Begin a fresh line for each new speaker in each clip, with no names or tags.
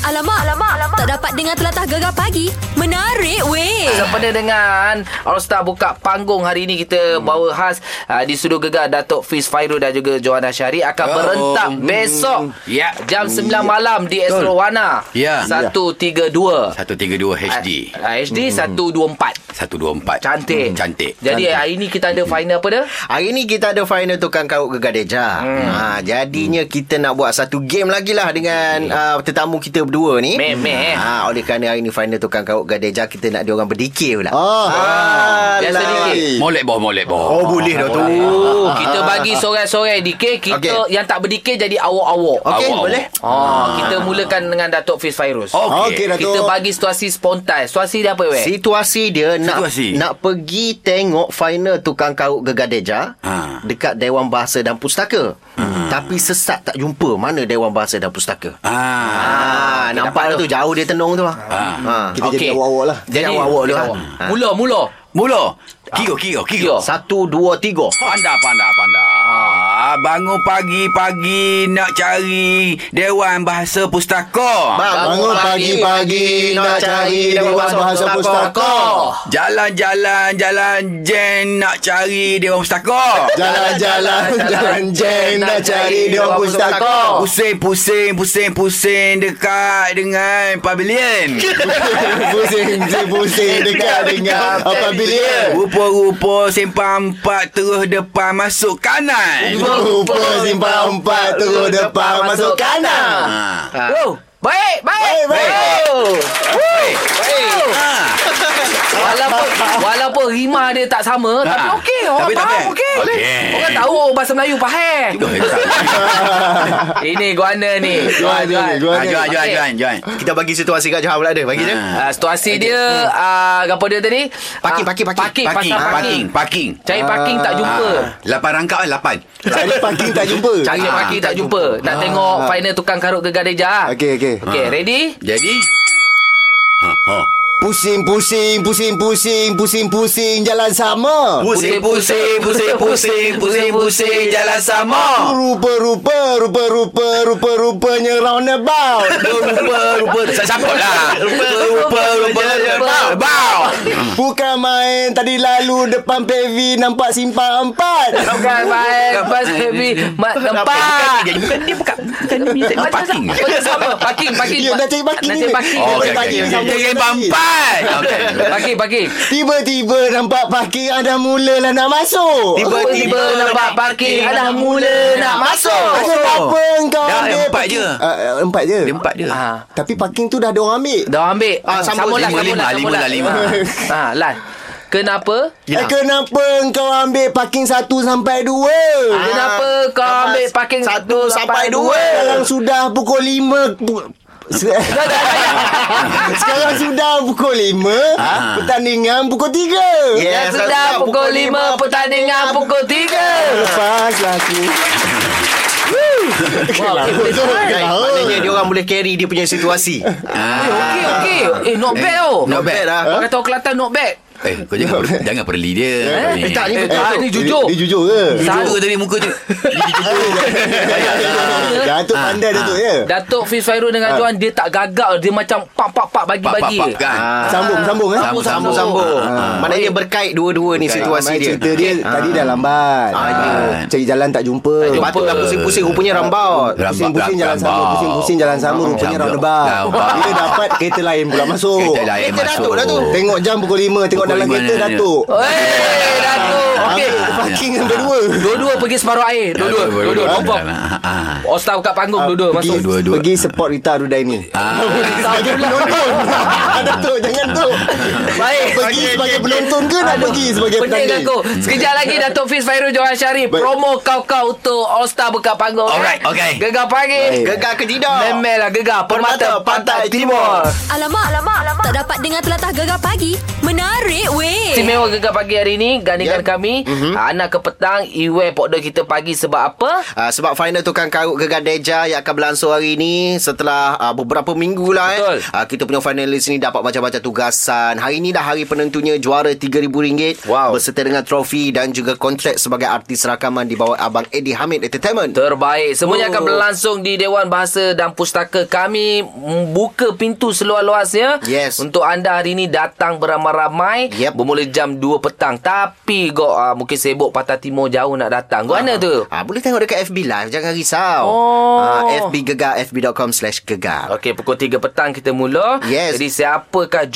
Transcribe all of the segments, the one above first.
Alamak, alamak, alamak. Tak dapat dengar telatah gegar pagi. Menarik weh.
Ah.
Sempena dengan All-Star buka panggung hari ini kita hmm. bawa khas uh, di studio gegar Datuk Fiz Fairul dan juga Johanna Syari akan
Oh,
oh. berentap
hmm.
besok
Ya.
jam 9 malam di Astro Wana.
Ya.
132.
132 HD
Ah, HD 124.
124
Cantik.
Hmm, Cantik Ah,
Jadi hari ini kita ada final apa dah?
Hari ni kita ada final tukang karut gegar deja. Hmm. Ha, jadinya hmm. kita nak buat satu game lagi lah dengan uh, tetamu kita berdua ni.
Meh-meh, eh.
Ha, oleh kerana hari ni final tukang karut gegar deja kita nak diorang berdikir pula.
Ah.
Biasa dikit.
Molek boh molek boh
Oh, boleh dah tu.
Oh, kita
ah,
bagi sorai-sorai dikir Kita okay.
Okey.
yang tak berdikir jadi awak-awak
Okey,
Awak,
boleh.
oh, ah. Kita mulakan dengan Datuk Fiz Fairuz
Okey, Datuk.
Kita bagi situasi spontan Situasi dia apa weh?
Situasi dia nak
Situasi.
nak pergi tengok final tukang karut gegar deja
Ha.
dekat Dewan Bahasa dan Pustaka. Tapi sesat tak jumpa mana Dewan Bahasa dan Pustaka.
Ah,
Ah, nampak dah tu jauh dia tenung tu ah. Ha.
Kita jadi awak-awak lah.
Jadi
Jadi awak-awak dulu,
awak.
ha.
Mula mula
Mula Kigo kigo
Kigo.
kigo
Satu, dua, tiga.
Pandai pandai pandai Ah, bangun pagi-pagi nak cari Dewan Bahasa Pustaka.
Bangun pagi-pagi nak cari Dewan Bahasa Pustaka.
Jalan-jalan jalan Jen nak cari Dewan Pustaka.
Jalan-jalan Jalan jen Nak cari Dewan Pustaka
Pusing-pusing pusing-pusing dekat dengan pavilion.
Pusing si pusing Dekat dengan Apa bilion
Rupa-rupa simpan empat terus depan masuk kanan.
Rupa simpan empat Terus depan Masuk kanan
Ha.
ha. oh, Baik baik
Baik, baik.
Oh.
Ha.
Walaupun Walaupun rimah dia tak sama Tapi
Ha.
okey Orang
Tapi tak
faham
apa.
okey
Okey.
Orang tahu bahasa Melayu faham
Duh, tak.
Ini guana ni
Johan, Johan, Johan.
Ah, Johan, Johan, Johan, Johan.
Kita bagi situasi kat Johan pula ada. Bagi je.
Ah, situasi dia ah, apa dia tadi?
Parking,
Ah,
parking, parking.
Parking,
Parking,
pasal parking.
parking, parking.
Cari parking tak jumpa.
Ah, lapan rangkap eh, lapan.
Cari parking tak jumpa
Cari
Ah, Ah.
parking tak jumpa. Nak tengok final tukang karut gegar deja.
Okey, okey.
Okey, ready?
Jadi ha, ha.
Pusing pusing Pusing pusing Pusing pusing Jalan sama
Pusing, pusing, pusing, pusing, pusing, pusing, jalan sama.
Rupa-rupa Rupa-rupa Rupa-rupanya roundabout
Rupa, rupa, tak siapa lah. Rupa, rupa, rupa, rupa, bau.
Bukan main Tadi lalu depan PV Nampak simpan empat
Bukan baik Bas baby Mat tempat
Jadi bukan dia bukan bukan dia tak parking.
Macam sama Parking Parking
Ya, nak cari parking
Nak cari
ni.
parking
Oh, okey,
Cari
okey.
parking sama
Jangan
sekali.
bampat. Okey.
Parking Parking
Tiba-tiba nampak parking Ada mulalah nak masuk
Tiba-tiba nampak parking Alah mula nak masuk
Ada apa engkau
Dah,
ambil
empat
parking?
je.
Ah, ah, Empat je
Dia empat dia.
Ah.
Tapi parking tu dah diorang ambil
Dah ambil
Ah, sambung.
Sambung lah
Lima,
sambung
lima,
lah, sambung
lima lah, lima.
lah. Ha lah Kenapa
Eh, kenapa engkau ambil parking satu sampai dua?
Ah.
Ya.
Kenapa kau ambil parking
satu sampai
dua. Sekarang sudah pukul lima. Pu- se- Sekarang sudah pukul lima.
Ah.
Pertandingan pukul tiga.
Dah sudah pukul lima Pertandingan pukul tiga
Lepaslah aku.
Wah, eh,
Baik, Maknanya dia orang boleh carry dia punya situasi.
Okey okey Eh not bad oh
Not bad lah.
ah.
Orang kata orang Kelantan not bad
Eh, kau jangan per- jangan perli dia.
Eh, eh, tak ni
Eh,
betul
Datuk,
Ni jujur
Dia, dia jujur ke?
Jujur tadi muka tu.
Datuk
Ah.
pandai Datuk ya?
Datuk Fiz Fairul dengan Johan Dia tak gagak Dia macam Pak-pak-pak
Pak pak
bagi-bagi
pak kan.
Ah.
Sambung, sambung eh?
Sambung, sambung.
Sambung.
Ah.
Maknanya berkait dua-dua ni situasi
Ramai
dia.
Cerita dia tadi dah lambat.
Ah, ya.
Cari jalan tak jumpa.
Lepas tu dah pusing-pusing rupanya rambaut.
Rambat,
Pusing-pusing jalan
rambat.
sama Pusing-pusing jalan sama Rupanya
Rambat.
roundabout
Roundabout.
Bila dapat Kereta lain pula masuk
Kereta lain
Kereta
masuk.
Datuk dah tu.
Tengok jam pukul 5 Tengok
Pukul
dalam
lima
kereta
ni.
Datuk
Eh, Datuk Okey
Ambil Parking sampai 2
Dua-dua pergi separuh
Ya,
air Dua-dua Dua-dua Ah, Confirm Ostar buka panggung Dua-dua masuk
Dua-dua. Dua-dua.
Ah, Pergi support Rita Rudaini Sebagai penonton Datuk jangan tu
Baik.
Pergi sebagai penonton ke Nak pergi sebagai
Pening
penanding
aku Sekejap lagi Datuk Fiz Fairul Johan Syarif
Baik.
Promo kau-kau untuk All Star buka panggung eh?
Alright, okay.
Gegar pagi
Baik.
Gegar ke tidak?
Memelah gegar Permata
Permata
Pantai
Pantai
Timur
Alamak, alamak, alamak. Tak dapat dengar telatah gegar pagi. Menarik weh.
Istimewa gegar pagi hari ini Gandingan
Ya.
Yep.
kami ni
Mhm.
mm-hmm. anak ke petang Iwe Pokda kita pagi sebab apa?
Uh, sebab final tukang karut Gegar Deja yang akan berlangsung hari ini setelah uh, beberapa minggu lah eh.
Betul.
Uh, kita punya finalis ni dapat macam-macam tugasan. Hari ini dah hari penentunya juara RM3,000
Wow.
berserta dengan trofi dan juga kontrak sebagai artis rakaman di bawah Abang Eddie Hamid Entertainment.
Terbaik. Semuanya oh.
Oh.
akan berlangsung di Dewan Bahasa dan Pustaka. Kami membuka pintu seluas-luasnya.
Yes.
Untuk anda hari ini datang beramai-ramai.
Yep.
Bermula jam 2 petang. Tapi kau uh, mungkin sibuk patah timur jauh nak datang. Kau mana tu?
Ah, boleh tengok dekat FB Live Jangan risau
Oh.
ah, FB Gegar FB.com slash Gegar
Okey, pukul 3 petang kita mula.
Yes.
Jadi siapakah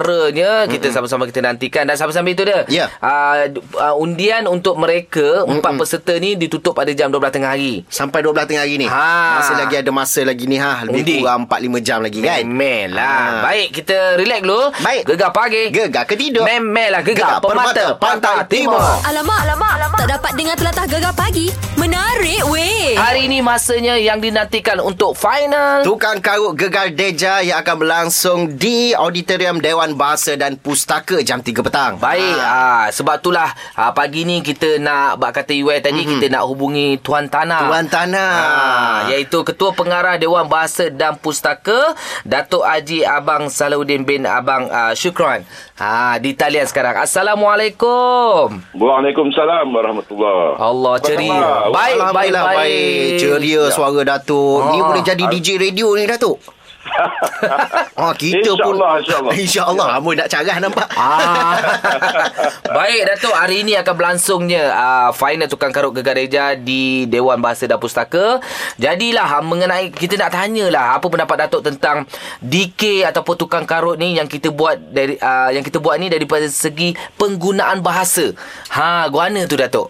juaranya? Kita sama-sama kita nantikan. Dan sambil-sambil itu dia.
Ya.
Uh, uh, undian untuk mereka, empat peserta ni ditutup pada jam 12 tengah hari.
Sampai 12 tengah hari ni
Ha.
Masih lagi ada masa lagi ni ha Lebih
Undi.
kurang 4-5 jam lagi kan
Memel lah.
Ah.
Baik, kita relax dulu.
Baik.
Gegar pagi.
Gegar ke tidur
Memel lah gegar,
Gegar
permata,
Permata,
pantai
Pantai
timur.
Timur.
Alamak, alamak, alamak. Tak dapat dengar telatah gegar pagi. Menarik weh.
Hari ini masanya yang dinantikan untuk final.
Tukang karut Gegar Deja yang akan berlangsung di Auditorium Dewan Bahasa dan Pustaka jam 3 petang.
Baik, ha.
Ah.
sebab itulah ha, pagi ni kita nak, bak kata Iwai tadi, mm-hmm. kita nak hubungi Tuan Tanah.
Tuan Tanah.
Ah, iaitu Ketua Pengarah Dewan Bahasa dan Pustaka Datuk Haji Abang Salahuddin bin Abang uh, Syukron. Ha di talian sekarang. Assalamualaikum.
Waalaikumsalam warahmatullahi
Allah ceria.
khabar?
Baik, baik,
Alhamdulillah,
baik.
Ceria suara Datuk. Ni
Ah.
boleh jadi DJ radio ni Datuk. Ah, kita pun
InsyaAllah, insyaAllah.
InsyaAllah Amoi nak carah nampak
Ah. Baik Datuk, hari ini akan berlangsungnya uh, final tukang karut gegar reja di Dewan Bahasa dan Pustaka. Jadilah ah, mengenai kita nak tanyalah apa pendapat Datuk tentang DK ataupun tukang karut ni yang kita buat dari uh, yang kita buat ni daripada segi penggunaan bahasa. Ha, guana tu Datuk.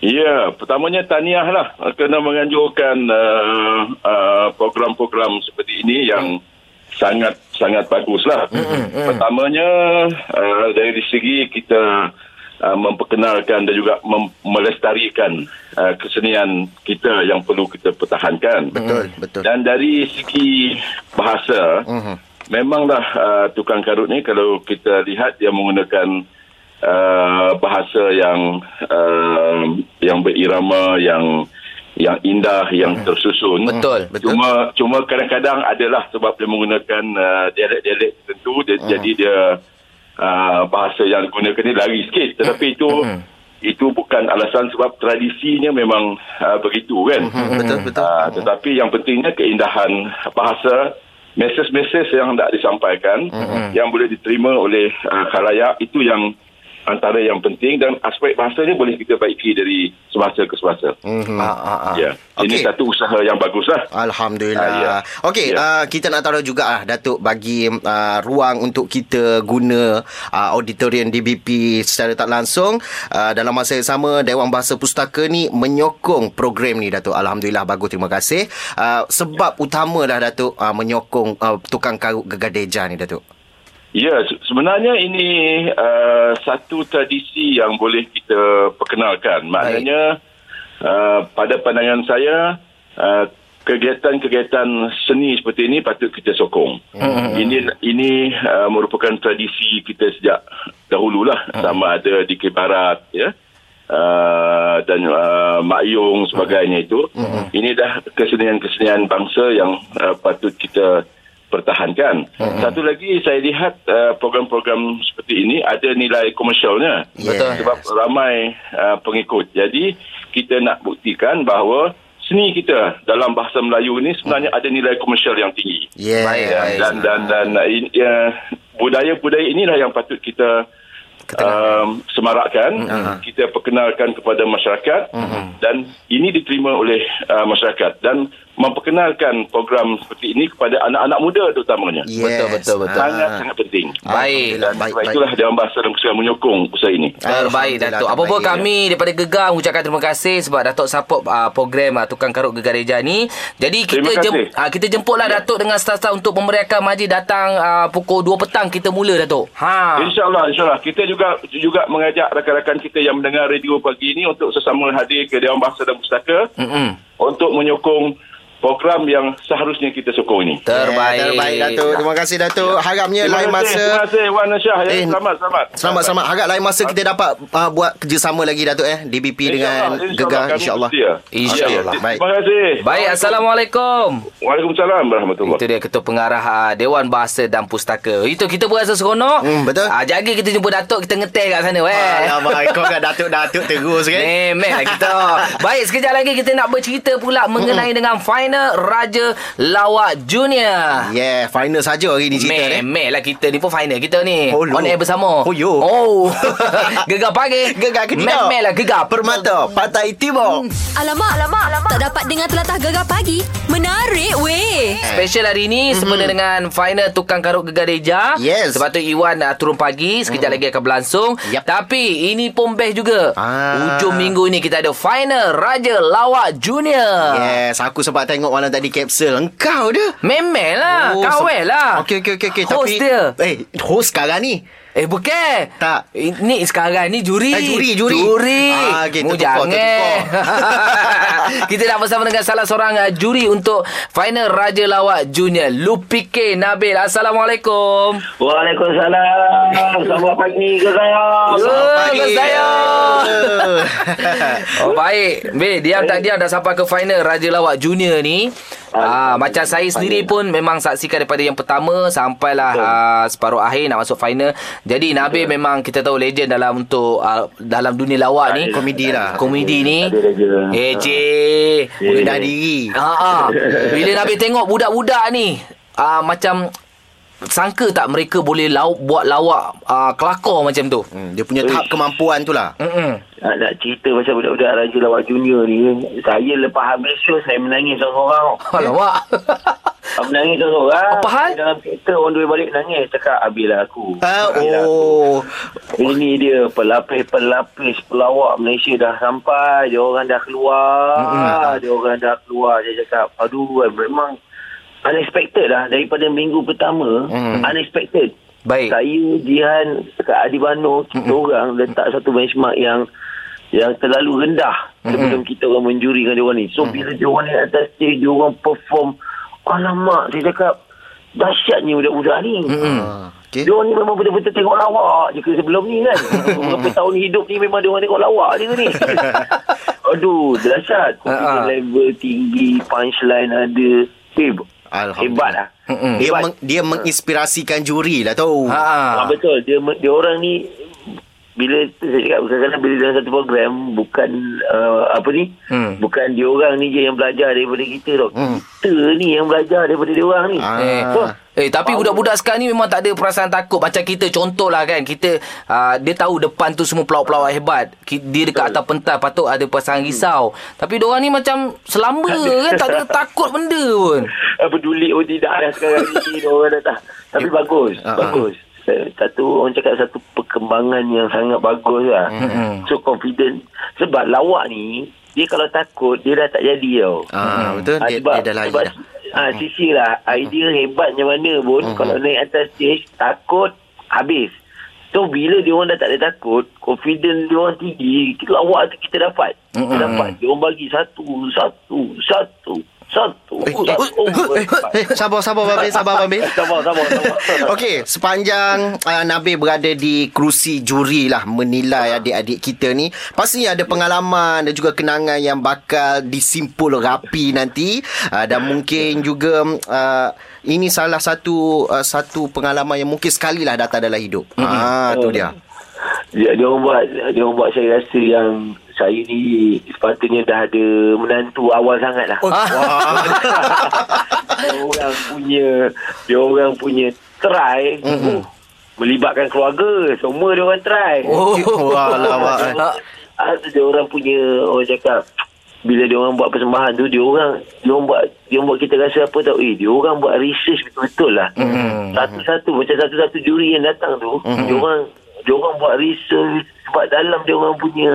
Ya, pertamanya tahniah lah kerana menganjurkan uh, uh, program-program seperti ini yang sangat sangat bagus lah. Pertamanya uh, dari segi kita uh, memperkenalkan dan juga mem- melestarikan uh, kesenian kita yang perlu kita pertahankan.
Betul, betul. Mhm.
Dan dari segi bahasa, memanglah uh, tukang karut ni kalau kita lihat dia menggunakan uh, bahasa yang uh, yang berirama, yang yang indah, yang tersusun.
Betul,
Mhm. betul.
Cuma cuma kadang-kadang adalah sebab dia menggunakan uh, dialek-dialek tertentu, dia,
Ah.
jadi dia uh, bahasa yang digunakan ni lari
Eh.
sikit. Tetapi itu
Hmm.
itu bukan alasan sebab tradisinya memang uh, begitu kan.
Hmm, Betul, betul.
Ah, tetapi yang pentingnya keindahan bahasa, mesej-mesej yang nak disampaikan
Hmm,
yang boleh diterima oleh uh, khalayak itu yang antara yang penting dan aspek bahasanya boleh kita baiki dari semasa ke semasa.
Mhm.
Ya.
Ah.
Ini
Okey.
satu usaha yang bagus lah.
Alhamdulillah.
Ah, ya.
Okey,
Ya.
uh, kita nak taruh juga ah Datuk bagi uh, ruang untuk kita guna uh, auditorium DBP secara tak langsung uh, dalam masa yang sama Dewan Bahasa Pustaka ni menyokong program ni Datuk. Alhamdulillah bagus terima kasih. Uh, sebab utama dah Datuk uh, menyokong uh, tukang karut gegar deja ni Datuk.
Ya, se- sebenarnya ini uh, satu tradisi yang boleh kita perkenalkan. Maknanya uh, pada pandangan saya uh, kegiatan-kegiatan seni seperti ini patut kita sokong. Hmm. Ini ini uh, merupakan tradisi kita sejak dahululah hmm. sama ada di Kibarat ya. Uh, dan uh, Mak Yong sebagainya itu ini dah kesenian-kesenian bangsa yang uh, patut kita pertahankan. Hmm. Satu lagi saya lihat uh, program-program seperti ini ada nilai komersialnya.
Betul.
Sebab ramai uh, pengikut. Jadi kita nak buktikan bahawa seni kita dalam bahasa Melayu ini
Hmm.
sebenarnya ada nilai komersial yang tinggi.
Yeah.
Ya,
Baik,
Dan
baik.
dan dan, dan uh, in- uh, budaya-budaya inilah yang patut kita um, semarakkan,
Hmm,
kita perkenalkan kepada masyarakat dan ini diterima oleh uh, masyarakat dan memperkenalkan program seperti ini kepada anak-anak muda terutamanya.
Yes. Ah.
Betul, betul, betul.
Sangat sangat penting.
Baik.
Dan
Baik,
sebab
baik.
itulah Dewan Bahasa dan Kesenian menyokong usaha ini.
Terbaik
Alhamdulillah,
Datuk. Apa pun
terbaik.
kami daripada Gegar mengucapkan terima kasih sebab Datuk support uh, program uh, tukang karut Gegar Reja ni. Jadi
Terima
kita
kasih.
jem, uh, kita jemputlah Datuk dengan staf-staf untuk memeriahkan majlis datang uh, pukul 2 petang kita mula Datuk. Ha.
InsyaAllah, insyaAllah. Kita juga juga mengajak rakan-rakan kita yang mendengar radio pagi ini untuk sesama hadir ke Dewan Bahasa dan Pustaka
Mm-mm.
untuk menyokong program yang seharusnya kita sokong ini.
Terbaik.
Ya, terbaik Datuk. Terima kasih Datuk. Harapnya
Ya. Terima
lain
kasih,
masa
Terima kasih Wan Nasyah. Ya.
Eh,
Selamat, selamat.
Selamat selamat. Harap lain masa kita dapat uh, buat kerjasama lagi Datuk eh DBP dengan Gegar insya-Allah.
InsyaAllah.
Baik.
Terima kasih.
Baik, Assalamualaikum.
Waalaikumsalam warahmatullahi
Itu dia ketua pengarah ah, Dewan Bahasa dan Pustaka. Itu kita berasa seronok.
Hmm, betul.
Ah, jadi kita jumpa Datuk, kita ngeteh kat sana. Weh.
ya
Alamak, kau kat Datuk-Datuk terus kan?
Memek lah kita. Baik, sekejap lagi kita nak bercerita pula mengenai dengan final Raja Lawak Junior.
Yeah, final saja hari ni cerita ni.
Memek lah kita ni pun final kita ni.
Oh,
On
lo.
air bersama.
Oh, yo.
Oh. gegar pagi.
Gegar Kedah.
Memek lah gegar.
Permata, Pantai Timur.
Alamak, alamak, alamak. Tak dapat dengar telatah gegar pagi. Menarik weh.
Special hari ni mm-hmm. sempena dengan final tukang karut gegar Deja.
Yes.
Sebab tu Iwan uh, turun pagi, sekejap mm-hmm. lagi akan berlangsung.
Yap.
Tapi ini pun best juga.
Ah.
Hujung minggu ni kita ada final Raja Lawak Junior.
Yes, aku sempat tengok malam tadi kapsul. Engkau dia.
Memel lah oh, Kawel
se-
lah
Okey, okey, okey. Okay.
Host dia
Eh, host sekarang ni.
Eh bukan
Tak.
Ini sekarang ni juri
Eh, juri, juri.
Juri
Ah, okey,
Mu
tertukar,
jangan.
tertukar.
Kita nak bersama dengan salah seorang uh, juri Untuk final Raja Lawak Junior Lupike Nabil Assalamualaikum
Waalaikumsalam. Selamat pagi geram.
Selamat
pagi.
saya
Eh.
Oh, baik. Be, diam tak diam dah sampai ke final Raja Lawak Junior ni. Ah, macam saya sendiri pun memang saksikan daripada yang pertama sampailah ah, separuh akhir nak masuk final. Jadi Nabil memang kita tahu legend dalam untuk ah, dalam dunia lawak ni.
Komedi lah.
Komedi ni.
Ada legend.
Eh, cik.
Mengenal diri.
Ha ah. Bila Nabi tengok budak-budak ni ah, macam sangka tak mereka boleh lau, buat lawak ah, kelakor macam tu.
Hmm, dia punya tahap kemampuan tu lah.
Mm-mm.
Nak, Ah, nak cerita pasal budak-budak Raja Lawak Junior ni. Saya lepas habis show, saya menangis seorang-seorang.
Alamak.
Aku menangis seorang-seorang.
Oh,
Apa hal?
Dalam kereta, on the way balik nangis. Cakap, habislah aku.
Ah,
Habislah aku.
oh.
Ini dia pelapis-pelapis pelawak Malaysia dah sampai. Dia orang dah keluar. Dia orang dah keluar. Dia cakap, aduh memang unexpected lah. Daripada minggu pertama, unexpected.
Baik.
Saya, Jihan, dekat Adi Bano, kita orang letak satu benchmark yang yang terlalu rendah sebelum kita orang menjuri dengan diorang ni. So, bila diorang ni atas stage, diorang perform. Alamak, dia cakap, dahsyatnya budak-budak ni.
Hmm. Okay.
Dia orang ni memang betul-betul tengok lawak je ke sebelum ni kan. Beberapa tahun hidup ni memang dia orang tengok lawak je ke ni. Aduh, dahsyat.
Ah, ah.
Confidence level tinggi, punchline ada. Eh, hebat lah.
Dia, meng, dia menginspirasikan juri lah tau.
Ha.
Ah, betul. Dia me- dia orang ni bila saya cakap kadang-kadang bila dalam satu program bukan uh, apa ni
Hmm.
bukan dia orang ni je yang belajar daripada kita tau. Kita ni yang belajar daripada dia orang ni.
Eh,
So,
eh tapi budak-budak sekarang ni memang tak ada perasaan takut macam kita contohlah kan kita uh, dia tahu depan tu semua pelawak-pelawak hebat Ki- dia dekat atas pentas patut ada perasaan risau tapi diorang ni macam selamba kan Hmm. tak ada takut benda pun
Ah, peduli oh tidak dah sekarang ni orang dah tak. Tapi bagus,
Ah, ah.
bagus. Eh, Satu orang cakap satu perkembangan yang sangat bagus lah.
Mm-hmm.
So confident sebab lawak ni dia kalau takut dia dah tak jadi tau.
Ah, betul. Dia, dia dah lari
Hmm. sebab,
dah.
Ah, sisi lah idea hebatnya mana pun kalau naik atas stage takut habis. So bila dia orang dah tak ada takut, confident dia orang tinggi, kita lawak tu kita dapat. Kita dapat. Dia orang bagi satu, satu, satu, satu.
Eh, eh, eh, eh, sabar, sabar, Babil. Sabar, Babil.
Sabar, sabar, sabar.
Okey, sepanjang uh, Nabil berada di kerusi juri
Ah.
lah menilai adik-adik kita ni, pasti ada pengalaman dan juga kenangan yang bakal disimpul rapi nanti uh, dan mungkin juga uh, ini salah satu uh, satu pengalaman yang mungkin sekali lah datang dalam hidup. Mm-hmm. Ah,
Oh.
tu dia.
Ya, Dia, dia orang buat dia orang buat saya rasa yang saya ni sepatutnya dah ada menantu awal sangat lah. Oh, dia orang punya dia orang punya try mm-hmm. melibatkan keluarga. Semua dia orang try.
oh
Wah, lawak, eh.
Ah,
Ah, dia orang punya orang cakap bila dia orang buat persembahan tu dia orang dia orang buat dia orang buat kita rasa apa tau eh dia orang buat research betul-betul lah mm-hmm. satu-satu macam satu-satu juri yang datang tu mm-hmm. dia orang dia orang buat research sebab dalam dia orang punya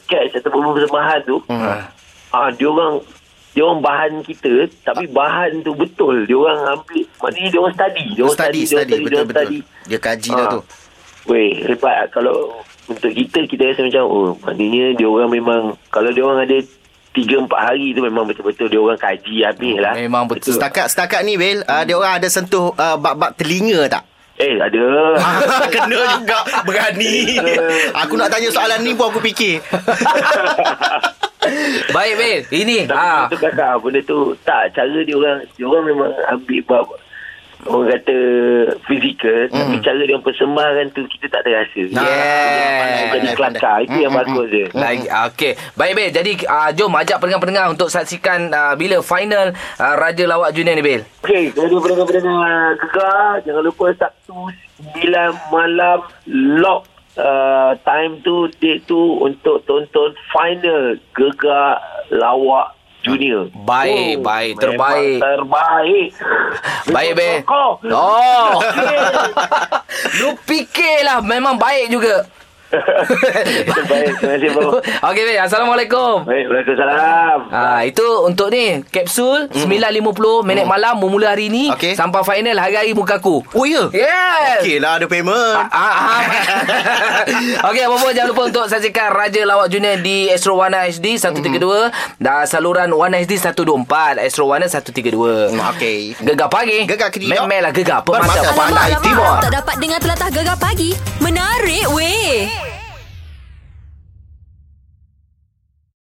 sketch atau persembahan tu
Mm-hmm.
mm. ah dia orang dia orang bahan kita tapi bahan tu betul dia orang ambil maknanya dia orang study dia orang
Study,
dia orang
study,
dia orang
betul-betul. Dia kaji dah
Ah.
tu.
Weh, hebat lah. kalau untuk kita kita rasa macam oh, maknanya dia orang memang kalau dia orang ada 3 4 hari tu memang betul-betul dia orang kaji habis
Oh,
lah.
Memang Ah. betul.
Setakat setakat ni Bil, uh, dia orang ada sentuh uh, bab-bab telinga tak?
Eh ada.
Kena juga berani. aku nak tanya soalan ni pun aku fikir.
Baik, Bil. Ini.
Tapi
Ha.
ha. tu kakak benda tu tak cara dia orang dia orang memang ambil bab orang kata fizikal mm. tapi cara dia orang persembahkan tu kita tak terasa.
Yeah.
Jadi kelakar lah. itu yang bagus dia.
Lagi okey. Baik baik. Jadi uh, jom ajak pendengar-pendengar untuk saksikan uh, bila final uh, Raja Lawak Junior ni Bil.
Okey, kepada pendengar-pendengar Gegar, jangan lupa Sabtu 9 malam lock uh, time tu, date tu untuk tonton final Gegar Lawak Junior.
Baik, baik.
memang
Terbaik.
Terbaik.
Baik Bil.
Kokoh.
Oh. Lu fikirlah memang baik juga.
Baik, terima kasih, Bang.
Okey Bil. Assalamualaikum.
Baik, Waalaikumsalam.
Ah itu untuk ni kapsul 9.50 minit malam bermula hari ni
Hmm. Okey.
sampai final hari-hari muka aku.
Oh ya.
Yes.
Okey lah ada payment.
Ah, ah. Okey, apa pun jangan lupa untuk saksikan Raja Lawak Junior di Astro Warna HD 132
Hmm.
dan saluran Warna HD 124, Astro Warna 132.
Hmm, okey.
Gegar pagi.
Gegar Kediri.
Memelah gegar
Bermata
pemata
Pandai
pandai timur.
Tak dapat dengar telatah gegar pagi. Menarik weh.
Eh.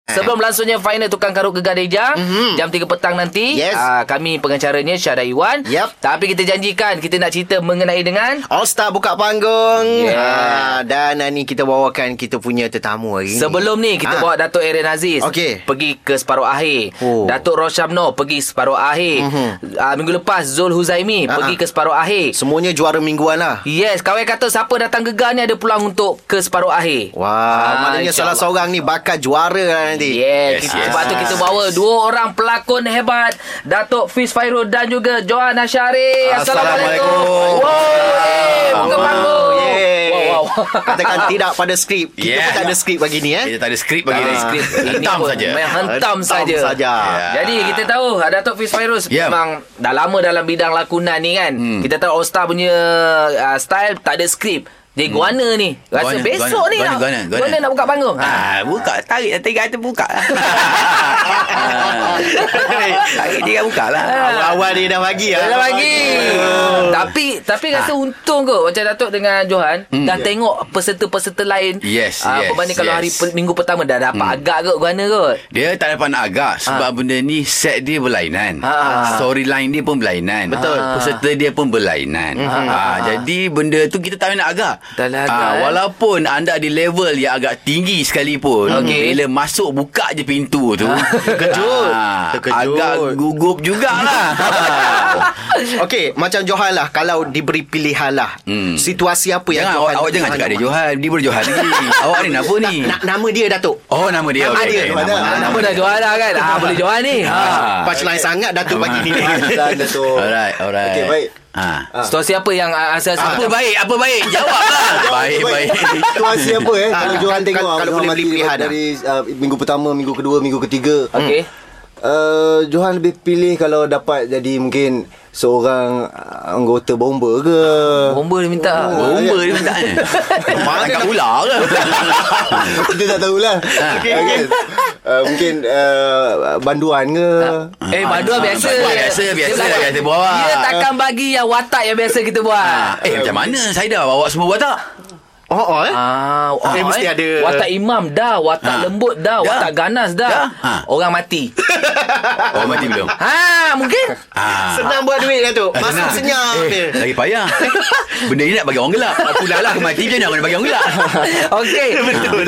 Sebelum langsungnya final tukang karut gegar Deja mm-hmm. jam 3 petang nanti
Mhm. Yes.
ah, kami pengacaranya Syahda Iwan.
Yep.
Tapi kita janjikan kita nak cerita mengenai dengan
All Star buka panggung
Yeah.
yeah. Dan ah, ni kita bawakan Kita punya tetamu hari ni
Sebelum ni kita
Ah.
bawa Datuk Aaron Aziz
Okey.
pergi ke separuh akhir.
Oh.
Datuk Roshamno pergi separuh akhir.
Mhm.
Ah, minggu lepas Zul Huzaimi
Ah,
pergi
ah.
ke separuh akhir.
Semuanya juara mingguan lah
Yes, kawan kata siapa datang gegar ni ada peluang untuk ke separuh akhir.
Wah
Ah,
Maknanya salah
insyaAllah.
seorang ni Bakal juara lah nanti
Yes, yes,
Yes, yes.
sebab tu kita bawa dua orang pelakon hebat Datuk Fiz Fairul dan juga Johan Asyari Assalamualaikum
Assalamualaikum.
Wow, eh, buka
Oh,
panggung
Yeay.
Wow, wow,
Katakan tidak pada skrip
Oh,
Kita
Yeah.
pun tak ada skrip pagi ni eh
Kita tak ada skrip bagi
Ah,
ah, skrip. Hentam
pun
saja.
Main hentam saja.
saja.
Ya. Jadi kita tahu ah, Datuk Fiz Fairuz
Ya. Hmm.
memang dah lama dalam bidang lakonan ni kan. Kita tahu All Star punya uh, style tak ada skrip. Jadi guana ni Rasa
Hmm. Guana,
besok
guana,
ni
guana,
nak
guana, guana.
nak buka panggung ha.
Ah, buka tarik dah tiga tu buka lah. Ah. tarik tiga buka lah.
Awal-awal dia dah bagi lah
Dalam pagi Tapi
Ha.
Tapi rasa untung kot Macam Datuk dengan Johan Dah tengok Peserta-peserta lain
Hmm. Ya. Yes,
ah,
yes,
Berbanding kalau
yes. Hmm.
hari pe- Minggu pertama Dah dapat agak kot Guana kot
Dia tak dapat nak agak sebab benda ni set dia berlainan.
Ha.
Storyline dia pun berlainan. Betul. Peserta dia pun berlainan. Ha. Jadi benda tu kita tak boleh nak agak. Ah,
Tak boleh agak, eh.
walaupun anda di level yang agak tinggi sekalipun.
Okey.
Bila masuk buka je pintu tu. Terkejut.
Terkejut.
Agak gugup jugalah. Ah.
Okey Macam Johan lah Kalau diberi pilihan lah
Hmm.
Situasi apa yang
Jangan
Johan
awak, awak jangan cakap dia Johan. Dia baru Johan lagi. awak ni apa ni?
Nak nama dia Datuk
Oh nama dia.
Nama
Okey,
dia,
okey,
mana?
nama-
Kenapa dah Johan dah kan ah, Boleh Johan ni ha.
Ah.
Punchline sangat Datuk pagi ni ah.
Azan tu.
Alright, alright.
Okey, baik.
Ah.
Situasi apa yang ah, asal
Apa
apa
baik? Apa baik? Jawablah. baik, baik.
Situasi apa eh?
Ah,
Kalau
ah.
Johan tengok
Kalau-
ah,
kalau
Johan
boleh
mati
beli pilihan lah.
dari ah, minggu pertama, minggu kedua, minggu ketiga.
Hmm.
Okey.
Uh, Johan lebih pilih kalau dapat jadi mungkin seorang ah, anggota bomba ke.
Bomba dia minta
Bomba dia minta ni. Mak kat ular ke?
Kita tak tahulah. okay, okay. Uh, mungkin uh, banduan ke.
Eh Badua
Ah,
biasa
Badua biasa,
Dia
biasa
berlakon.
lah kata bawa.
Dia takkan bagi yang watak yang biasa kita buat
Eh macam mana saya dah bawa semua buat tak?
Oh oh eh
Ah, oh,
Eh, mesti ada.
Watak imam dah Watak
Ah.
lembut dah,
Dah.
Watak ganas dah,
Dah. Ah.
Orang mati
Oh mati belum.
Ha mungkin
Ah.
Senang Eh. buat duit Datuk Masuk
Senang.
senyap dia
Lagi payah Benda ni nak bagi orang gelap Aku dah lah aku mati je nak kena bagi orang gelap
Okey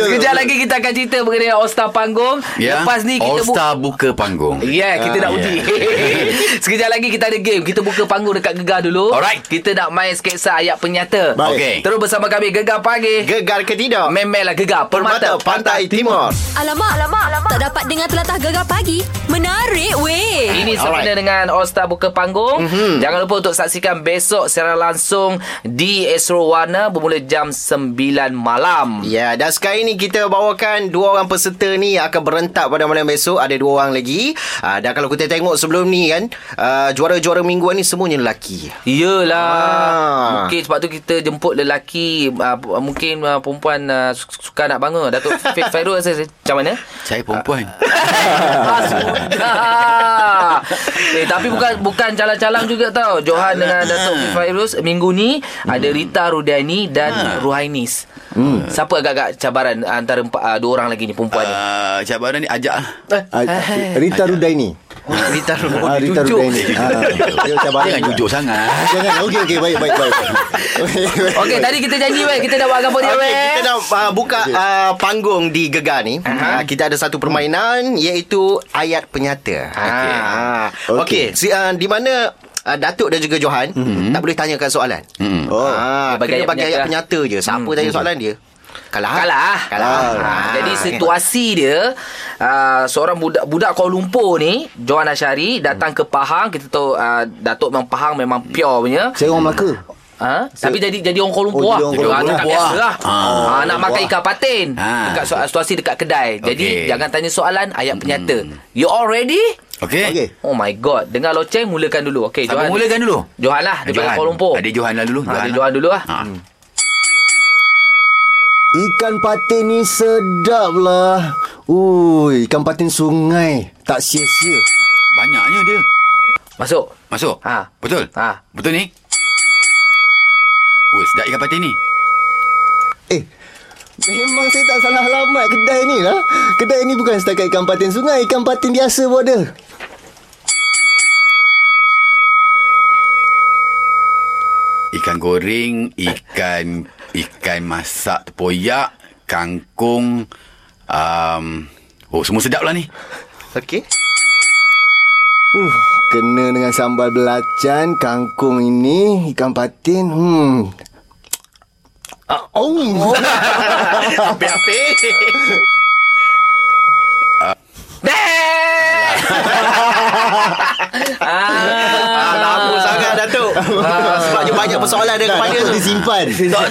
Sekejap lagi kita akan cerita Mengenai All Star Panggung
Ya.
Lepas ni
All
kita bu-
Star buka panggung
Yeah, kita nak uji. Sekejap lagi kita ada game. Kita buka panggung dekat Gegar dulu.
Alright.
Kita nak main sketsa ayat penyata.
Baik.
Okey.
Terus bersama kami Gegar Pagi.
Gegar ke tidak
Memelah Gegar Permata,
Permata Pantai Timur
Alamak, alamak, alamak. Tak dapat dengar telatah gegar pagi. Menarik weh.
Ini sempena dengan All Star Buka Panggung. Mm-hmm. Jangan lupa untuk saksikan besok secara langsung di Astro Warna bermula jam 9 malam.
Ya, dan sekarang ni kita bawakan dua orang peserta ni yang akan berentak pada malam besok. Ada dua orang lagi. Uh, dan kalau kita tengok sebelum ni kan, uh, juara-juara mingguan ni semuanya lelaki.
Yelah
Ah.
Mungkin sebab tu kita jemput lelaki uh, uh, mungkin uh, perempuan uh, su- suka nak bangga. Datuk Fa- Fairul rasa rasa macam mana?
Saya perempuan.
Ah, sudah. eh, tapi bukan bukan calang-calang juga tau. Johan dengan
Ah.
Datuk Fairuz minggu ni
Hmm.
ada Rita Rudiani
Ah.
dan Ruhainis. Siapa agak-agak cabaran antara empat, uh, dua orang lagi ni perempuan ni?
Uh, cabaran ni ajak lah.
Ah, Rita Rudaini.
Rita
Oh,
Ah, Rita Rudaini. Ah, dia macam barang
Jangan
juga.
jujur sangat.
Jangan. Okey okey baik baik baik.
Okey, tadi kita janji weh kita nak buat apa dia
Okey,
weh?
kita dah uh, buka uh, panggung di Gegar ni. Uh-huh. Uh, kita ada satu permainan iaitu ayat penyata. Okey. Ah.
Okey.
Okey, si, uh, di mana uh, Datuk dan juga Johan mm-hmm. tak boleh tanyakan soalan. Mm.
Oh.
Dia bagi
Ah, bagi kena
ayat
bagi ayat penyata je. Siapa mm. tanya soalan dia? Kalah.
Kalah.
Kalah. kan.
Ah, Jadi
okey.
situasi dia uh, seorang budak budak Kuala Lumpur ni Johan Ashari datang ke Pahang kita tahu uh, Datuk memang Pahang memang pure punya.
Saya orang Melaka.
Ha? Tapi jadi jadi orang Kuala Lumpur
Oh,
lah.
jadi orang Kuala
Ah,
Lumpur.
tak biasa lah.
Ah,
Ah,
Kuala
nak makan ikan patin.
Ah.
Dekat su- situasi dekat kedai. Jadi
Okey.
jangan tanya soalan, ayat penyata. You all ready?
Okey.
Okey.
Oh my god. Dengar loceng mulakan dulu. Okey,
Siapa mulakan dulu?
Johan lah daripada Kuala Lumpur.
Ada Johan lah dulu.
Ha, ada Johan dulu lah.
Ha.
Ikan patin ni sedap lah. Ui, ikan patin sungai. Tak sia-sia.
Banyaknya dia.
Masuk.
Masuk?
Ha.
Betul?
Ha.
Betul ni? Oh, sedap ikan patin ni.
Eh, memang saya tak salah alamat kedai ni lah. Kedai ni bukan setakat ikan patin sungai. Ikan patin biasa pun ada.
Ikan goreng, ikan ikan masak tepoyak, kangkung, um, oh semua sedap lah ni.
Okey.
Uh, kena dengan sambal belacan, kangkung ini, ikan patin. Hmm. Ah, oh.
Hampir-hampir.
Ah, lama sangat Datuk. Ah, sebabnya banyak persoalan ada
Dah,
kepada
Datuk
tu.
disimpan.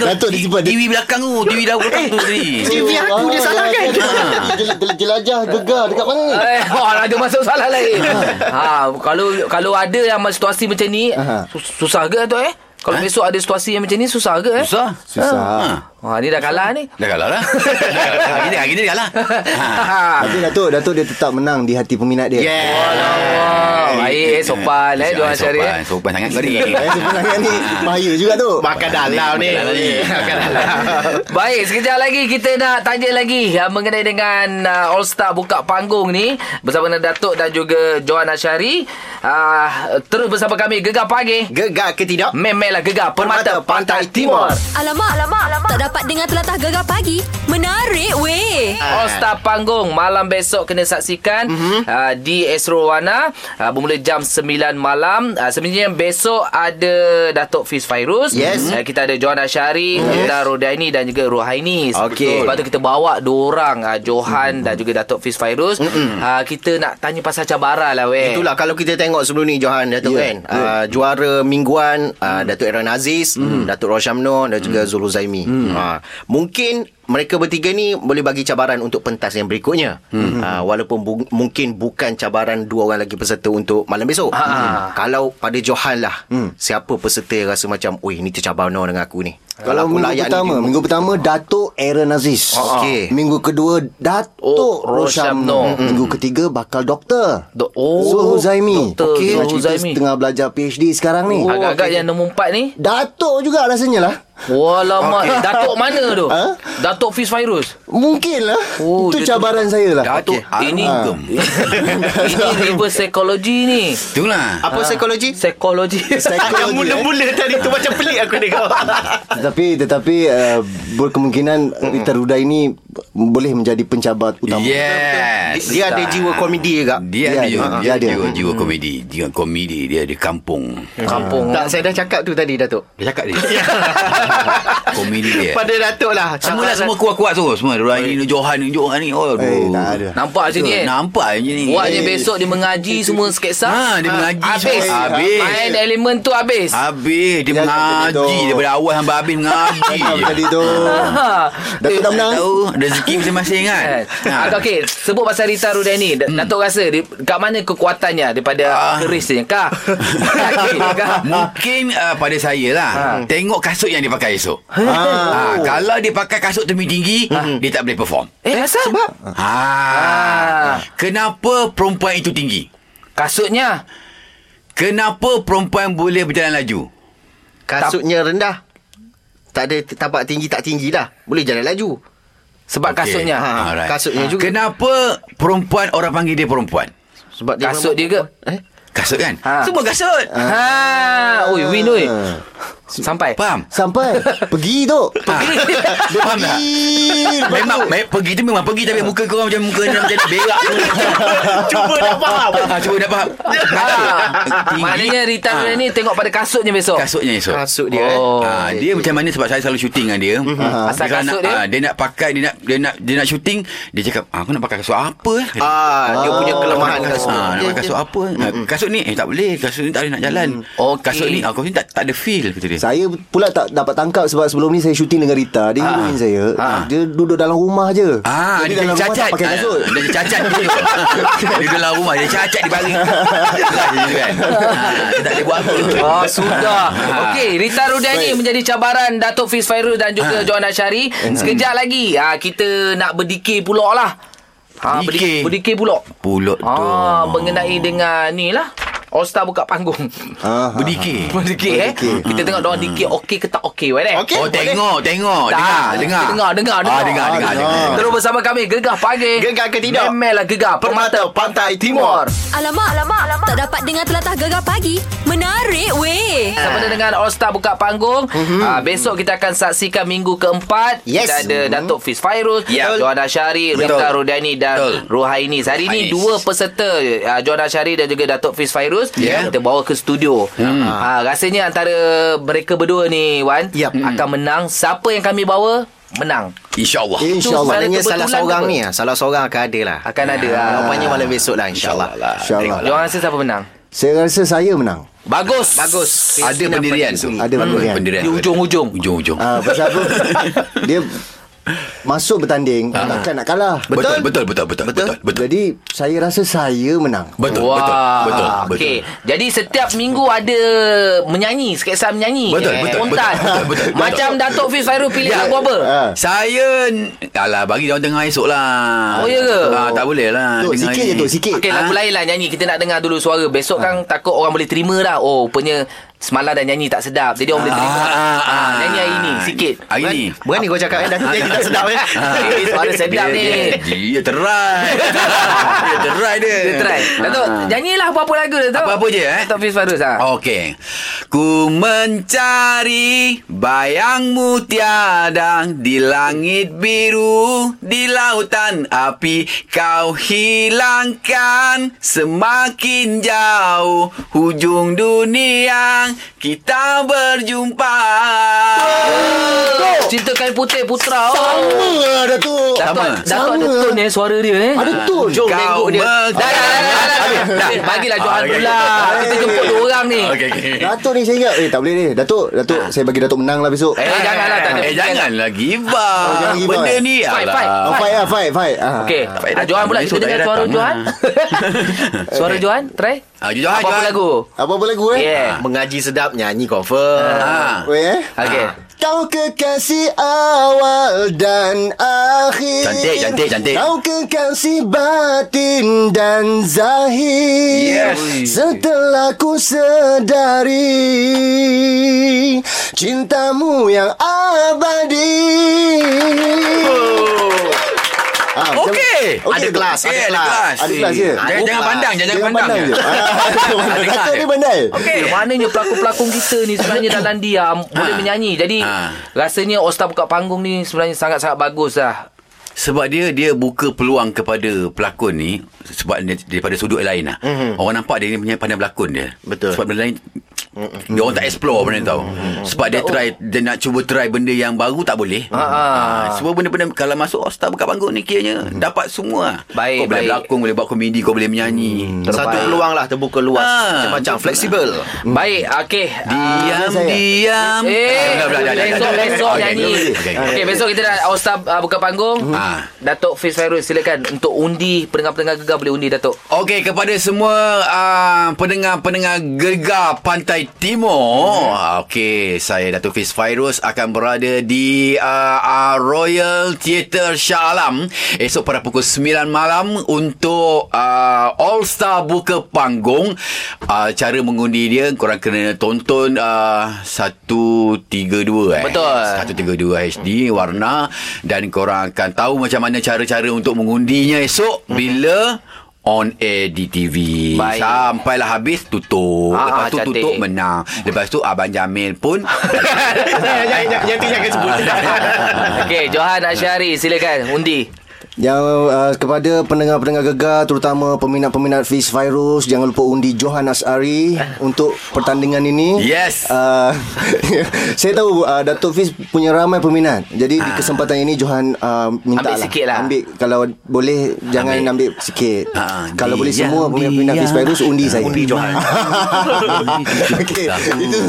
Datuk disimpan. Dia-
TV belakang tu, TV dah belakang tu tadi.
TV aku dia salah kan?
Dia Ah, jelajah gegar dekat mana ni?
Eh, oh, ada masuk salah lain. ha, kalau kalau ada yang situasi macam ni,
Aha.
sus- susah ke tu eh? Kalau besok ada situasi yang macam ni susah ke eh?
Susah.
Susah.
Ha.
Ha, ni dah kalah ni.
Dah kalah lah. Dah kalah. Hari ni, hari ni dah kalah. Ha.
Ha.
Tapi Datuk, Datuk dia tetap menang di hati peminat dia.
Ah. Yeah.
Oh, baik eh, sopan eh Johan Syari.
Sopan, sopan sangat tadi.
Eh, sebenarnya ni bahaya juga tu.
Makan dalam ni.
Makan dalam ni.
Makan dalam.
Baik, sekejap lagi kita nak tanya lagi uh, mengenai dengan uh, All Star buka panggung ni bersama dengan Datuk dan juga Johan Asyari. Uh, terus bersama kami Gegar Pagi.
Gegar ke tidak?
Memelah Gegar lah Permata Pantai Timur.
Timur.
Alamak, alamak, alamak. Tak dapat dengar telatah gegar pagi. Menarik weh.
All Star Panggung malam besok kena saksikan mm-hmm. uh, di Esrowana uh, bermula jam 9 malam. Uh, sebenarnya besok ada Datuk Fiz Fairuz.
Yes.
Uh, kita ada Johan Asyari, yes. Rita Rodaini dan juga Ruhaini.
Okey.
Lepas tu kita bawa dua orang uh, Johan mm-hmm. dan juga Datuk Fiz Fairuz. Mm-hmm. Uh, kita nak tanya pasal cabaran lah weh.
Itulah kalau kita tengok sebelum ni Johan Datuk yeah, kan yeah. Uh, juara mingguan uh, Datuk Aaron Aziz mm. Datuk Roshamno dan juga mm. Zul Huzaimi mm. uh, mungkin mereka bertiga ni boleh bagi cabaran untuk pentas yang berikutnya mm. uh, walaupun bu- mungkin bukan cabaran dua orang lagi peserta untuk malam besok
Ah.
mm. kalau pada Johan lah mm. siapa peserta yang rasa macam oi ni tercabar no dengan aku ni
Kalau
aku
minggu
layak ni,
pertama,
dia-
minggu pertama Datuk Aaron Aziz.
Okey.
Minggu kedua Datuk
Oh,
oh,
Rosyamno.
Rosyamno. Minggu ketiga bakal doktor.
Do- oh,
Zul Huzaimi.
doktor
Okey,
Zul
nak cerita
Huzaimi.
Setengah belajar PhD sekarang ni.
Oh, Agak-agak yang nombor empat ni
Datuk juga rasanya lah.
Walamak okay.
Okey.
Datuk mana tu
Ha?
Datuk Fiz Fairuz
Mungkin lah.
Oh,
Oh, Itu
dia
cabaran saya lah.
Datuk
Okey. Ini-
Arugem.
Ini reverse psychology ni
Itulah.
apa psikologi
Psychology
yang
Psikologi, eh.
Ah, mula-mula tadi tu macam pelik aku dengar
Tetapi tetapi uh, berkemungkinan Rita Ruda ini boleh menjadi pencabar utama.
Yes.
dia ada jiwa komedi juga
Dia,
Dia
ada
ada.
jiwa, dia ada
Ha,
Hmm.
dia ada.
jiwa, jiwa komedi. Jiwa komedi dia di kampung.
Kampung
tak saya dah cakap tu tadi Datuk
Dia cakap dia. komedi dia.
Pada Datuk lah
Semualah semua kuat-kuat tu semua. orang ini ni Johan ni Johan ni. Oh,
Eh, tak ada.
Nampak macam ni eh?
Nampak je ni.
Buat je besok dia mengaji semua sketsa.
Ha, dia mengaji
habis.
semua.
Habis.
Habis. Ha.
Main elemen tu habis.
Habis dia
Jangan macam
mengaji
tu.
daripada awal sampai habis mengaji.
Macam
je.
tadi Ah, tu. Datuk tak menang.
Tahu rezeki masing-masing kan.
Ha. Okey, sebut pasal Rita Rudaini. D- Datuk rasa di, kat mana kekuatannya daripada
Hmm. Ah.
kerisnya? Kah? Sakit kah?
Mungkin uh, pada saya lah
Ha.
Tengok kasut yang dia pakai esok ha,
Ah.
Kalau dia pakai kasut tebing tinggi
Ha.
Dia tak boleh perform
Eh, asal? Sebab?
ha.
Ah.
Kenapa perempuan itu tinggi?
Kasutnya.
Kenapa perempuan boleh berjalan laju?
Kasutnya rendah. Tak ada t- tapak tinggi tak tinggi dah. Boleh jalan laju.
Sebab
Okey.
kasutnya. Ha.
Ah. kasutnya juga.
Kenapa perempuan orang panggil dia perempuan?
Sebab dia
Kasut dia ke?
Eh?
Kasut kan?
Ha.
Semua kasut.
Ha. Oi, win oi. Sampai.
Faham?
Sampai Pergi tu
Pergi.
Dia
Faham tak?
pergi
Memang me, pergi tu memang pergi tapi muka kau macam muka macam jadi berak. cuba nak faham. Ha, cuba nak faham.
Ha.
Tinggi.
Ah. Maknanya Rita
Ah,
Rudaini tengok pada kasutnya besok.
kasutnya esok.
Kasut dia.
Oh.
Oh. Eh?
Ha, dia macam mana sebab saya selalu syuting dengan dia.
Asal
kalau
kasut
nak,
dia?
ah, dia nak pakai dia nak dia nak dia nak syuting, dia cakap, ah, "Aku nak pakai kasut apa?" eh?"
Ah, dia punya kelemahan
Nak
kasut.
kasut, ha, nak
Dia-
pakai kasut
dia-
apa? Nak- Kasut ni eh tak boleh, kasut ni tak boleh nak jalan. Oh, kasut ni aku ni tak tak ada feel kata dia.
Saya pula tak dapat tangkap sebab sebelum ni saya syuting dengan Rita. Dia hidupin saya. Dia duduk dalam rumah je.
Ah, dia,
Jadi dalam
dia
rumah
cacat.
tak pakai kasut.
Ah, dia cacat gitu. dia dalam rumah dia cacat di baring. Gitu kan. Ah, dia tak boleh buat apa.
Ah sudah. Okey, Rita Rudani menjadi cabaran Datuk Fiz Fairul dan juga Johan Asyari. Sekejap lagi ah kita nak berdikir pula lah. Ha, berdikir.
Berdikir.
berdikir pula.
Pulut tu.
Ah mengenai dengan ni lah. All Star buka panggung.
Ah, ah.
Berdikir.
Berdikir eh. Kita tengok dia orang dikir okey ke tak okey wei deh.
Oh, tengok, tengok. Dengar, dengar.
dengar, dengar,
Ah, dengar, dengar, dengar.
Terus bersama kami Gegah Pagi.
Gegar ke tidak?
Memelah Gegah Permata Pantai Timur.
Alamak, alamak, alamak. Tak dapat dengar telatah gegar pagi. Menarik weh.
Sama ada dengan All Star buka panggung.
Mhm.
Mm-hmm. Uh, besok kita akan saksikan minggu keempat.
Yes.
Kita ada
Mhm.
Datuk Fiz Fairuz,
Ya.
yeah. Johan Asyari,
Betul.
Rita Rudani dan
Betul.
Ruhaini. Hari ini
Ruhaini.
dua peserta uh, Johan Asyari dan juga Datuk Fiz Fairuz
Ya. Hmm.
kita bawa ke studio. Mm. Uh, rasanya antara mereka berdua ni Wan
Yap.
akan menang. Siapa yang kami bawa menang.
InsyaAllah.
InsyaAllah.
Maknanya
Kebetulan
salah
ke
seorang
apa?
ni ah, Salah seorang akan ada lah
Akan ada, ah.
Rupanya malam besok lah InsyaAllah
InsyaAllah.
Johan rasa siapa menang?
Saya rasa saya menang.
Bagus.
Bagus.
Ada pendirian tu.
Ada pendirian.
pendirian.
Di ujung-ujung.
Ujung-ujung.
Ah, pasal apa? dia masuk bertanding
Ah.
takkan nak kalah.
Betul, betul, betul, betul, betul, betul.
Jadi saya rasa saya menang.
Betul,
Wah.
betul, betul, betul.
Okey. Jadi setiap minggu ada menyanyi, sketsa menyanyi.
Betul, betul,
Spontan.
betul, betul, betul, betul.
Macam Datuk Fiz Fairul pilih
Ya.
lagu apa?
Ah.
Saya Alah bagi dia orang tengah esok lah
Oh, ya ke?
ah, Tak boleh lah
Tok
dengar
sikit je
ni.
tok sikit.
Okey, lagu lain lah nyanyi. Kita nak dengar dulu suara. Besok
Ah.
kan takut orang boleh terima dah. Oh, rupanya semalam dah nyanyi tak sedap. Jadi orang boleh terima.
Ah, ah,
Ah,
ah.
nyanyi hari ni sikit.
Hari ni
Berani kau cakap eh, Dah dia tak sedap eh
Eh, suara sedap ni.
Ah, Dia, dia try Dia try dia Ah.
Kita try. Datuk, nyanyilah apa-apa lagu, Datuk.
Apa-apa je, eh?
Datuk Fiz Fairul. Ha.
Okey. Ku mencari bayangmu tiada di langit biru, di lautan api kau hilangkan semakin jauh hujung dunia kita berjumpa.
Cinta kain putih putra. Oh.
Sama lah Datuk.
Datuk, Datuk ada
Sama.
Sama.
tone eh suara dia eh.
Ada tun.
Jom
Kau
tengok dia. Dah,
ber-
dah, dah, dah, dah, dah. dah. Bagilah Johan
Ah, okey,
pula.
okey.
Kita jemput dua orang ni.
Okey okey.
Datuk ni saya ingat Eh tak boleh ni Datuk Datuk Saya bagi Datuk menang lah besok
Ah. Eh, janganlah, tak ada
Eh
fikiran.
janganlah give up.
Oh, jangan give
Benda
up.
ni
Fight,
alah.
fight.
Oh, fight lah fight, fight. Ah.
Okey.
Tak
Ah,
payah datang.
Johan pula kita
Besok tak
dengar
payah
suara
datang. Hmm.
Johan. Suara
Okey.
Johan, try.
Ah, Johan,
Apa-apa
Johan.
lagu?
Apa-apa lagu eh
Yeah.
Mengaji sedap Nyanyi confirm
Ah.
Weh eh
Okey.
Kau kekasih awal dan akhir
Cantik, cantik, cantik.
Kau kekasih batin dan
Yes.
zahir Setelah ku sedari Cintamu yang abadi Ah, macam-
Okey.
Ada
Okey tu.
kelas
Eh, ada
Ada kelas
kelas.
Ada ya? kelas je.
Jangan, jangan
Ah,
pandang, jangan, jangan pandang.
je. ya? Ah,
Ah, dengar
Datuk
je.
ni pandai
Okey. Maknanya pelakon-pelakon kita ni sebenarnya dalam diam boleh menyanyi. Jadi
Ha.
rasanya Osta buka panggung ni sebenarnya sangat-sangat bagus lah.
Sebab dia dia buka peluang kepada pelakon
Mhm.
ni sebab dia, daripada sudut lain lah. Mm-hmm. Orang nampak dia ni punya pandai berlakon dia.
Betul.
Sebab benda lain Dia orang tak explore benda tu tau Sebab
Oh.
dia try Dia nak cuba try benda yang baru tak boleh ha, Semua benda-benda Kalau masuk oh, star buka panggung ni Kiranya dapat
Mm.
semua lah.
Baik,
Kau
baik.
boleh
Mm.
berlakon Boleh buat komedi Kau boleh menyanyi
Terbaik.
Satu peluang lah terbuka luas
Ah,
Macam-macam
betul.
fleksibel
Hmm.
Baik, okey. Ah,
Diam
saya.
Diam
Eh,
Ah, dah, dah, dah,
besok
dah, dah.
besok
Okey,
nyanyi. Ah,
okey,
Okey,
okey, okey.
besok kita dah All Star uh, buka panggung.
Ah.
Datuk Fiz Fairuz silakan untuk undi pendengar-pendengar gegar boleh undi Datuk.
Okey kepada semua uh, pendengar-pendengar gegar Pantai Timur. Hmm. Okey, saya Datuk Fiz Fairuz akan berada di uh, uh, Royal Theatre Shah Alam esok pada pukul 9 malam untuk uh, All Star buka panggung. Uh, cara mengundi dia korang kena tonton uh, 132 eh.
Betul.
132 HD warna dan korang akan tahu macam mana cara-cara untuk mengundinya esok
Mhm.
bila on air di TV.
Baik.
Sampailah habis tutup.
Ah,
Lepas
ah,
tu
cantik.
tutup menang.
Mhm.
Lepas tu Abang Jamil pun
Yang tu jangan sebut
Okey, Johan Asyari silakan undi.
Yang uh, kepada pendengar-pendengar gegar Terutama peminat-peminat Fiz Virus Jangan lupa undi Johan Asari Untuk pertandingan ini
Yes.
uh, Saya tahu uh, Datuk Fiz punya ramai peminat Jadi di kesempatan ini Johan uh, minta
Ambil sikit lah.
Ambil Kalau boleh Jangan ambil, ambil sikit
Ah,
Kalau boleh
diam,
semua Peminat-peminat Fiz
diam.
Virus Undi saya
Undi Johan
Okey, itu,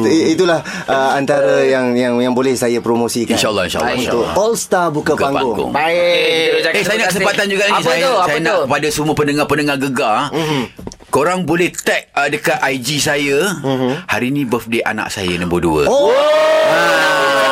itu, itulah uh, antara yang yang yang boleh saya promosikan.
InsyaAllah, insyaAllah,
Untuk
insyaAllah.
All Star buka,
Buka
panggung.
panggung.
Okey, kita ucapkan
Eh saya
terima
nak
kasih.
kesempatan juga ni
Apa
saya,
tu? Apa
saya
tu? Mhm.
nak pada semua pendengar-pendengar gegar. ah. Korang boleh tag uh, dekat IG saya.
Mhm.
Hari ni birthday anak saya nombor dua. Ah.
Oh,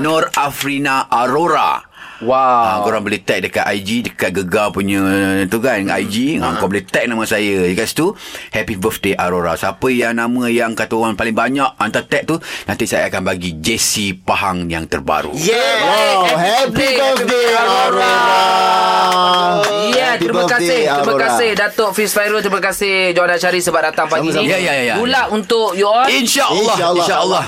Nur Afrina Aurora. Wow. Ha, korang boleh tag dekat IG Dekat Gegar punya Tu kan
Mhm.
IG ha, Kau boleh tag nama saya Dekat situ Happy birthday Aurora Siapa yang nama Yang kata orang paling banyak Hantar tag tu Nanti saya akan bagi JC Pahang yang terbaru
yeah. Wow, happy birthday, Aurora.
Ya,
Happy
terima
birthday,
kasih. Terima
Aurora.
kasih Datuk Fiz Fairul, terima kasih Johan Asyari sebab datang pagi
Sama-sama.
ni.
Ya, ya, ya. Eh,
Gula untuk you all.
InsyaAllah
InsyaAllah.
InsyaAllah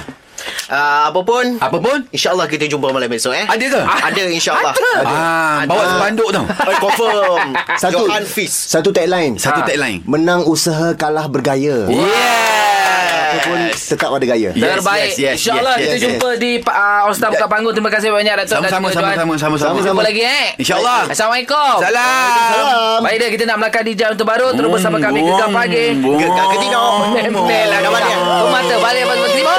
Ah, Apa pun
Apa pun
InsyaAllah kita jumpa malam esok eh
Ada ke?
Ada insyaAllah
Ah, bawa spanduk tau
Eh, Confirm
Satu
Johan Fizz
Satu tagline.
Satu tagline
Menang usaha kalah bergaya. Ataupun
Yes
tetap ada gaya.
Yes,
Terbaik.
yes, yes,
InsyaAllah
yes,
kita
yes, Ya.
jumpa di uh, All Star Buka Panggung. Terima kasih banyak Datuk dan
Sama-sama
juga Johan.
Sama-sama Sama-sama
Kita Jumpa lagi eh.
InsyaAllah.
Assalamualaikum.
Salam
Baik dah kita nak melakar di jam terbaru terus bersama kami gegar pagi.
Gegar ketidok.
Memel lah kawan dia. Mata balik pas timur.